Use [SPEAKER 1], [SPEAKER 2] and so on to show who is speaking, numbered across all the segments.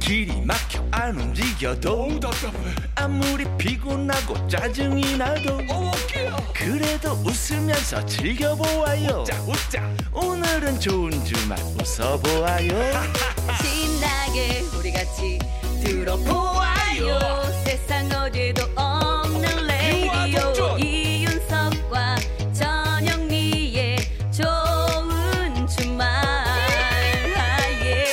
[SPEAKER 1] 길이 막혀 안 움직여도
[SPEAKER 2] 어우 답답해
[SPEAKER 1] 아무리 피곤하고 짜증이 나도
[SPEAKER 2] 어우 웃겨
[SPEAKER 1] 그래도 웃으면서 즐겨보아요
[SPEAKER 2] 자 웃자
[SPEAKER 1] 오늘은 좋은 주말 웃어보아요
[SPEAKER 3] 신나게 우리 같이 들어보아요 세상 어디도 없는 레이디오
[SPEAKER 2] 동전.
[SPEAKER 3] 이윤석과 전영미의 좋은 주말 예.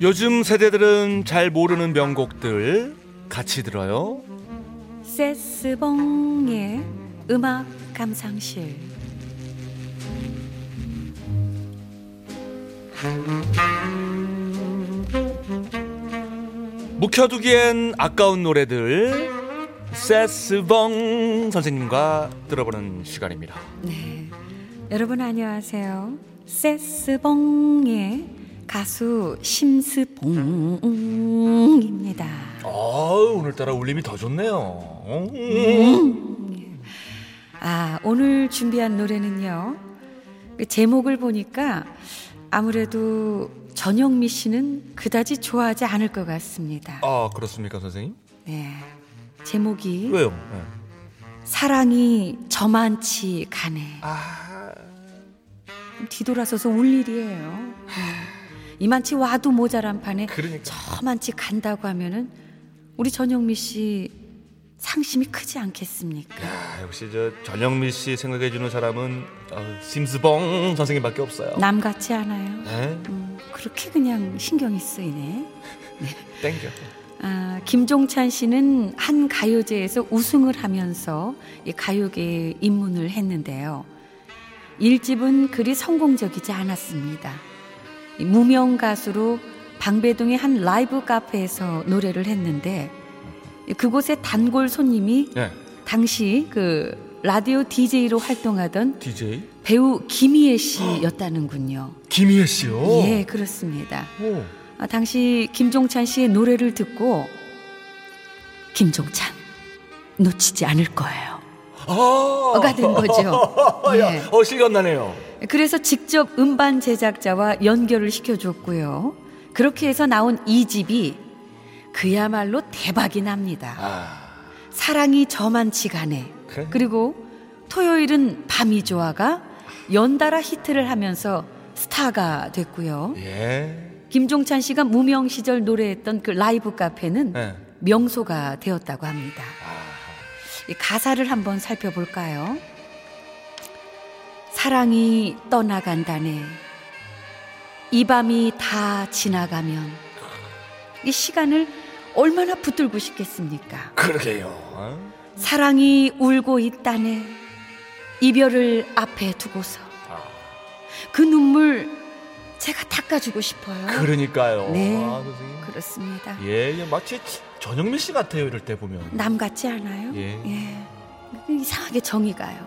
[SPEAKER 4] 요즘 세대들은 잘 모르는 명곡들 같이 들어요.
[SPEAKER 5] 세스봉의 음악 감상실
[SPEAKER 4] 묵혀두기엔 아까운 노래들 세스봉 선생님과 들어보는 시간입니다.
[SPEAKER 5] 여러분 안녕하세요 세스봉의 가수 심스봉입니다
[SPEAKER 4] 아 오늘따라 울림이 더 좋네요. 음.
[SPEAKER 5] 아 오늘 준비한 노래는요 그 제목을 보니까 아무래도 전영미 씨는 그다지 좋아하지 않을 것 같습니다
[SPEAKER 4] 아 그렇습니까 선생님?
[SPEAKER 5] 네 제목이
[SPEAKER 4] 왜요? 네.
[SPEAKER 5] 사랑이 저만치 가네.
[SPEAKER 4] 아
[SPEAKER 5] 뒤돌아서서 울 일이에요. 네. 이만치 와도 모자란 판에
[SPEAKER 4] 그러니까.
[SPEAKER 5] 저만치 간다고 하면은 우리 전영미 씨 상심이 크지 않겠습니까?
[SPEAKER 4] 아, 역시 저 전영미 씨 생각해주는 사람은 어, 심스봉 선생님밖에 없어요.
[SPEAKER 5] 남 같지 않아요.
[SPEAKER 4] 네,
[SPEAKER 5] 음, 그렇게 그냥 신경이 쓰이네.
[SPEAKER 4] 땡겨.
[SPEAKER 5] 아, 김종찬 씨는 한 가요제에서 우승을 하면서 이 가요계에 입문을 했는데요. 일집은 그리 성공적이지 않았습니다. 이 무명 가수로 방배동의 한 라이브 카페에서 노래를 했는데 이 그곳의 단골 손님이
[SPEAKER 4] 네,
[SPEAKER 5] 당시 그 라디오 DJ로 활동하던
[SPEAKER 4] DJ
[SPEAKER 5] 배우 김희애 씨였다는군요.
[SPEAKER 4] 김희애 씨요.
[SPEAKER 5] 예, 그렇습니다.
[SPEAKER 4] 오.
[SPEAKER 5] 아, 당시 김종찬 씨의 노래를 듣고 김종찬 놓치지 않을 거예요.
[SPEAKER 4] 아,
[SPEAKER 5] 어가 된 거죠. 예.
[SPEAKER 4] 어 실감나네요.
[SPEAKER 5] 그래서 직접 음반 제작자와 연결을 시켜줬고요. 그렇게 해서 나온 이 집이 그야말로 대박이 납니다.
[SPEAKER 4] 아,
[SPEAKER 5] 사랑이 저만치 가네.
[SPEAKER 4] 그래?
[SPEAKER 5] 그리고 토요일은 밤이 좋아가 연달아 히트를 하면서 스타가 됐고요.
[SPEAKER 4] 예.
[SPEAKER 5] 김종찬 씨가 무명 시절 노래했던 그 라이브 카페는
[SPEAKER 4] 네. 아,
[SPEAKER 5] 명소가 되었다고 합니다. 이 가사를 한번 살펴볼까요? 사랑이 떠나간다네. 이 밤이 다 지나가면 이 시간을 얼마나 붙들고 싶겠습니까?
[SPEAKER 4] 그러게요. 어?
[SPEAKER 5] 사랑이 울고 있다네. 이별을 앞에 두고서
[SPEAKER 4] 아,
[SPEAKER 5] 그 눈물 제가 닦아주고 싶어요.
[SPEAKER 4] 그러니까요.
[SPEAKER 5] 네.
[SPEAKER 4] 아, 선생님.
[SPEAKER 5] 그렇습니다.
[SPEAKER 4] 예, 예, 마치 전영미 씨 같아요. 이럴 때 보면.
[SPEAKER 5] 남 같지 않아요?
[SPEAKER 4] 예.
[SPEAKER 5] 이상하게 정이 가요.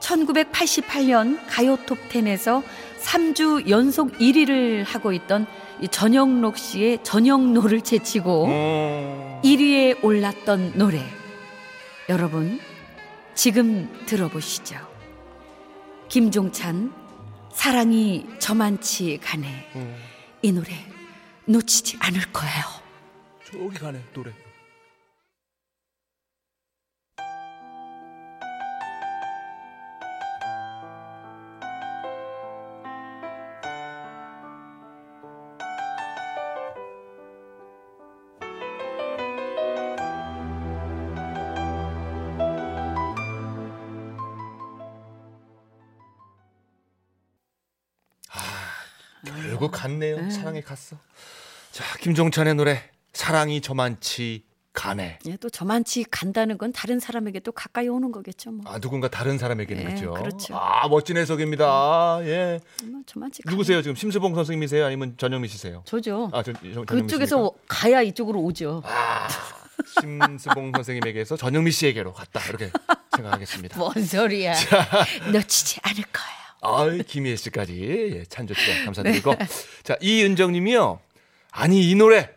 [SPEAKER 5] 1988년 가요 톱10에서 3주 연속 1위를 하고 있던 이 전영록 씨의 전영노를 제치고
[SPEAKER 4] 음.
[SPEAKER 5] 1위에 올랐던 노래. 여러분, 지금 들어보시죠. 김종찬, 사랑이 저만치 가네.
[SPEAKER 4] 음.
[SPEAKER 5] 이 노래 놓치지 않을 거예요.
[SPEAKER 4] 저기 가네 노래. 아, 결국 갔네요. 사랑이 갔어. 자, 김종찬의 노래 사랑이 저만치 가네.
[SPEAKER 5] 예, 또 저만치 간다는 건 다른 사람에게 또 가까이 오는 거겠죠. 뭐
[SPEAKER 4] 아 누군가 다른 사람에게는
[SPEAKER 5] 예,
[SPEAKER 4] 그죠.
[SPEAKER 5] 그렇죠.
[SPEAKER 4] 아 멋진 해석입니다. 아, 예.
[SPEAKER 5] 정말 뭐 저만치 가네.
[SPEAKER 4] 누구세요 지금 심수봉 선생님이세요 아니면 전영미 씨세요?
[SPEAKER 3] 저죠.
[SPEAKER 4] 아 저, 저, 전영미
[SPEAKER 3] 그쪽에서 가야 이쪽으로 오죠.
[SPEAKER 4] 씨입니까? 아, 심수봉 선생님에게서 전영미 씨에게로 갔다 이렇게 생각하겠습니다.
[SPEAKER 5] 뭐.
[SPEAKER 3] 뭔 소리야?
[SPEAKER 5] 놓치지 않을 거예요.
[SPEAKER 4] 아이, 김희애 씨까지 예, 찬조 추가 감사드리고. 자, 이은정 님이요. 아니, 이 노래.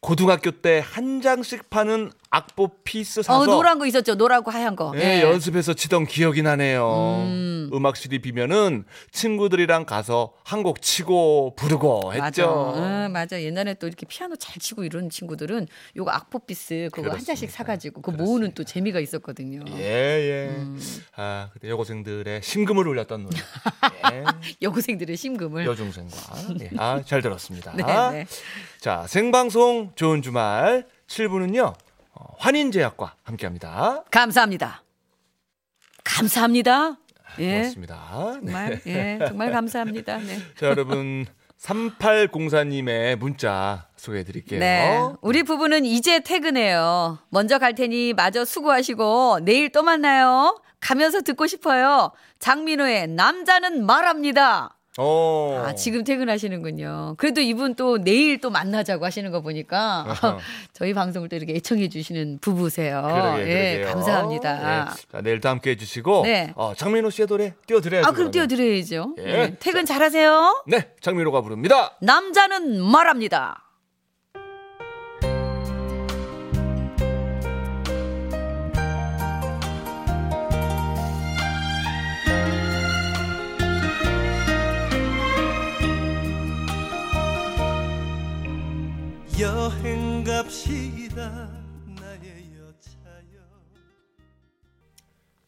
[SPEAKER 4] 고등학교 때 한 장씩 파는 악보 피스 사서
[SPEAKER 5] 어, 노란 거 있었죠. 노랗고 하얀 거.
[SPEAKER 4] 예,
[SPEAKER 5] 예.
[SPEAKER 4] 연습해서 치던 기억이 나네요. 음. 악실이 비면은 친구들이랑 가서 한 곡 치고 부르고 했죠.
[SPEAKER 5] 맞아. 음. 응, 맞아. 옛날에 또 이렇게 피아노 잘 치고 이런 친구들은 요거 악보피스 그거 한
[SPEAKER 4] 그렇습니다.
[SPEAKER 5] 장씩 사가지고 그거 모으는 또 재미가 있었거든요.
[SPEAKER 4] 예, 예.
[SPEAKER 5] 음.
[SPEAKER 4] 아, 그때 여고생들의 심금을 울렸던 노래. 예.
[SPEAKER 5] 여고생들의 심금을.
[SPEAKER 4] 여중생과. 예. 아, 잘 들었습니다.
[SPEAKER 5] 네, 네.
[SPEAKER 4] 자, 생방송 좋은 주말 7부는요. 어, 환인제약과 함께 합니다.
[SPEAKER 5] 감사합니다. 감사합니다. 예.
[SPEAKER 4] 고맙습니다. 네.
[SPEAKER 5] 정말 예, 정말 감사합니다. 네.
[SPEAKER 4] 자, 여러분. 3804님의 문자 소개해 드릴게요.
[SPEAKER 5] 네. 우리 부부는 이제 퇴근해요. 먼저 갈 테니 마저 수고하시고 내일 또 만나요. 가면서 듣고 싶어요. 장민호의 남자는 말합니다.
[SPEAKER 4] 어.
[SPEAKER 5] 아, 지금 퇴근하시는군요. 그래도 이분 또 내일 또 만나자고 하시는 거 보니까
[SPEAKER 4] 어허.
[SPEAKER 5] 저희 방송을 또 이렇게 애청해 주시는 부부세요.
[SPEAKER 4] 그러게,
[SPEAKER 5] 예,
[SPEAKER 4] 그러게요.
[SPEAKER 5] 감사합니다.
[SPEAKER 4] 예. 자, 내일도 함께 해주시고
[SPEAKER 5] 네.
[SPEAKER 4] 어, 장민호 씨의 노래 띄워드려야죠.
[SPEAKER 5] 아, 그럼 띄워드려야죠.
[SPEAKER 4] 예.
[SPEAKER 5] 네, 퇴근 잘하세요.
[SPEAKER 4] 네, 장민호가 부릅니다.
[SPEAKER 5] 남자는 말합니다.
[SPEAKER 1] 여행 갑시다 나의 여차여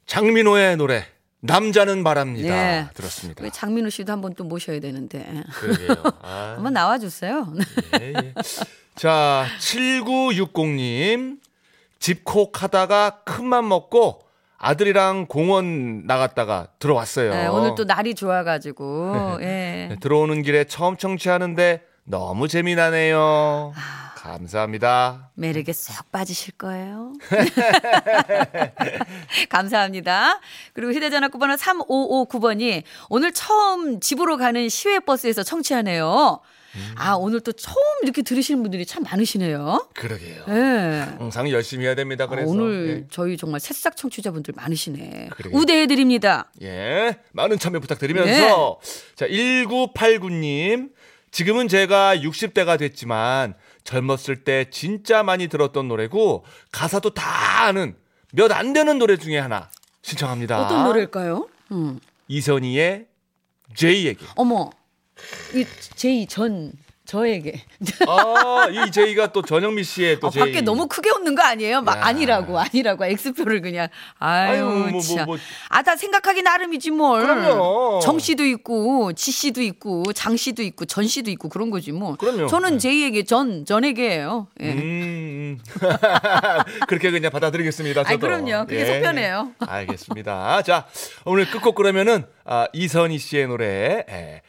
[SPEAKER 4] 장민호의 노래 남자는 바랍니다.
[SPEAKER 5] 예.
[SPEAKER 4] 들었습니다.
[SPEAKER 5] 우리 장민호 씨도 한번 또 모셔야 되는데.
[SPEAKER 4] 그러게요. 아,
[SPEAKER 5] 한번 나와주세요.
[SPEAKER 4] 예, 예. 자, 7960님 집콕 하다가 큰맘 먹고 아들이랑 공원 나갔다가 들어왔어요.
[SPEAKER 5] 네, 오늘 또 날이 좋아가지고 예.
[SPEAKER 4] 네, 들어오는 길에 처음 청취하는데 너무 재미나네요.
[SPEAKER 5] 아.
[SPEAKER 4] 감사합니다.
[SPEAKER 5] 매력에 쏙 빠지실 거예요. 감사합니다. 그리고 휴대전화 끝번호 3559번이 오늘 처음 집으로 가는 시외버스에서 청취하네요.
[SPEAKER 4] 음.
[SPEAKER 5] 아, 오늘 또 처음 이렇게 들으시는 분들이 참 많으시네요.
[SPEAKER 4] 그러게요.
[SPEAKER 5] 예.
[SPEAKER 4] 항상 열심히 해야 됩니다.
[SPEAKER 5] 아,
[SPEAKER 4] 그래서 예.
[SPEAKER 5] 오늘 저희 정말 새싹 청취자분들 많으시네.
[SPEAKER 4] 그래요.
[SPEAKER 5] 우대해드립니다.
[SPEAKER 4] 예, 예, 많은 참여 부탁드리면서
[SPEAKER 5] 네.
[SPEAKER 4] 자 1989님 지금은 제가 60대가 됐지만 젊었을 때 진짜 많이 들었던 노래고 가사도 다 아는 몇 안 되는 노래 중에 하나 신청합니다.
[SPEAKER 5] 어떤 노래일까요? 음.
[SPEAKER 4] 이선희의 제이 얘기.
[SPEAKER 5] 어머, 이 제이 전 저에게
[SPEAKER 4] 아, 이 제이가 또 전영미 씨의 또
[SPEAKER 5] 아,
[SPEAKER 4] 제이.
[SPEAKER 5] 밖에 너무 크게 웃는 거 아니에요? 막
[SPEAKER 4] 야.
[SPEAKER 5] 아니라고 아니라고 엑스표를 그냥 아유,
[SPEAKER 4] 아유, 뭐, 뭐,
[SPEAKER 5] 참.
[SPEAKER 4] 뭐.
[SPEAKER 5] 아 다 생각하기 나름이지 뭘.
[SPEAKER 4] 그럼요.
[SPEAKER 5] 정 씨도 있고 지 씨도 있고 장 씨도 있고 전 씨도 있고 그런 거지 뭐.
[SPEAKER 4] 그럼요.
[SPEAKER 5] 저는
[SPEAKER 4] 네.
[SPEAKER 5] 제이에게 전 전에게예요. 예.
[SPEAKER 4] 음, 음. 그렇게 그냥 받아들이겠습니다. 저도.
[SPEAKER 5] 아이,
[SPEAKER 4] 예.
[SPEAKER 5] 그럼요. 그게 속편해요.
[SPEAKER 4] 알겠습니다. 자, 오늘 끝곡 그러면은 아, 이선희 씨의 노래 에,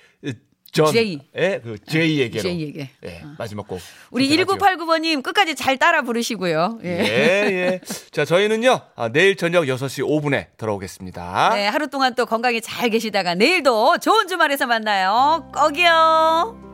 [SPEAKER 4] 전
[SPEAKER 5] 제이.
[SPEAKER 4] 예, 그 제이에게로.
[SPEAKER 5] 제이에게. 아.
[SPEAKER 4] 예, 마지막 곡.
[SPEAKER 5] 우리
[SPEAKER 4] 선택하죠.
[SPEAKER 5] 1989번님 끝까지 잘 따라 부르시고요. 예.
[SPEAKER 4] 예, 예. 자, 저희는요. 아, 내일 저녁 6시 5분에 돌아오겠습니다.
[SPEAKER 5] 네, 하루 동안 또 건강히 잘 계시다가 내일도 좋은 주말에서 만나요. 꼭이요.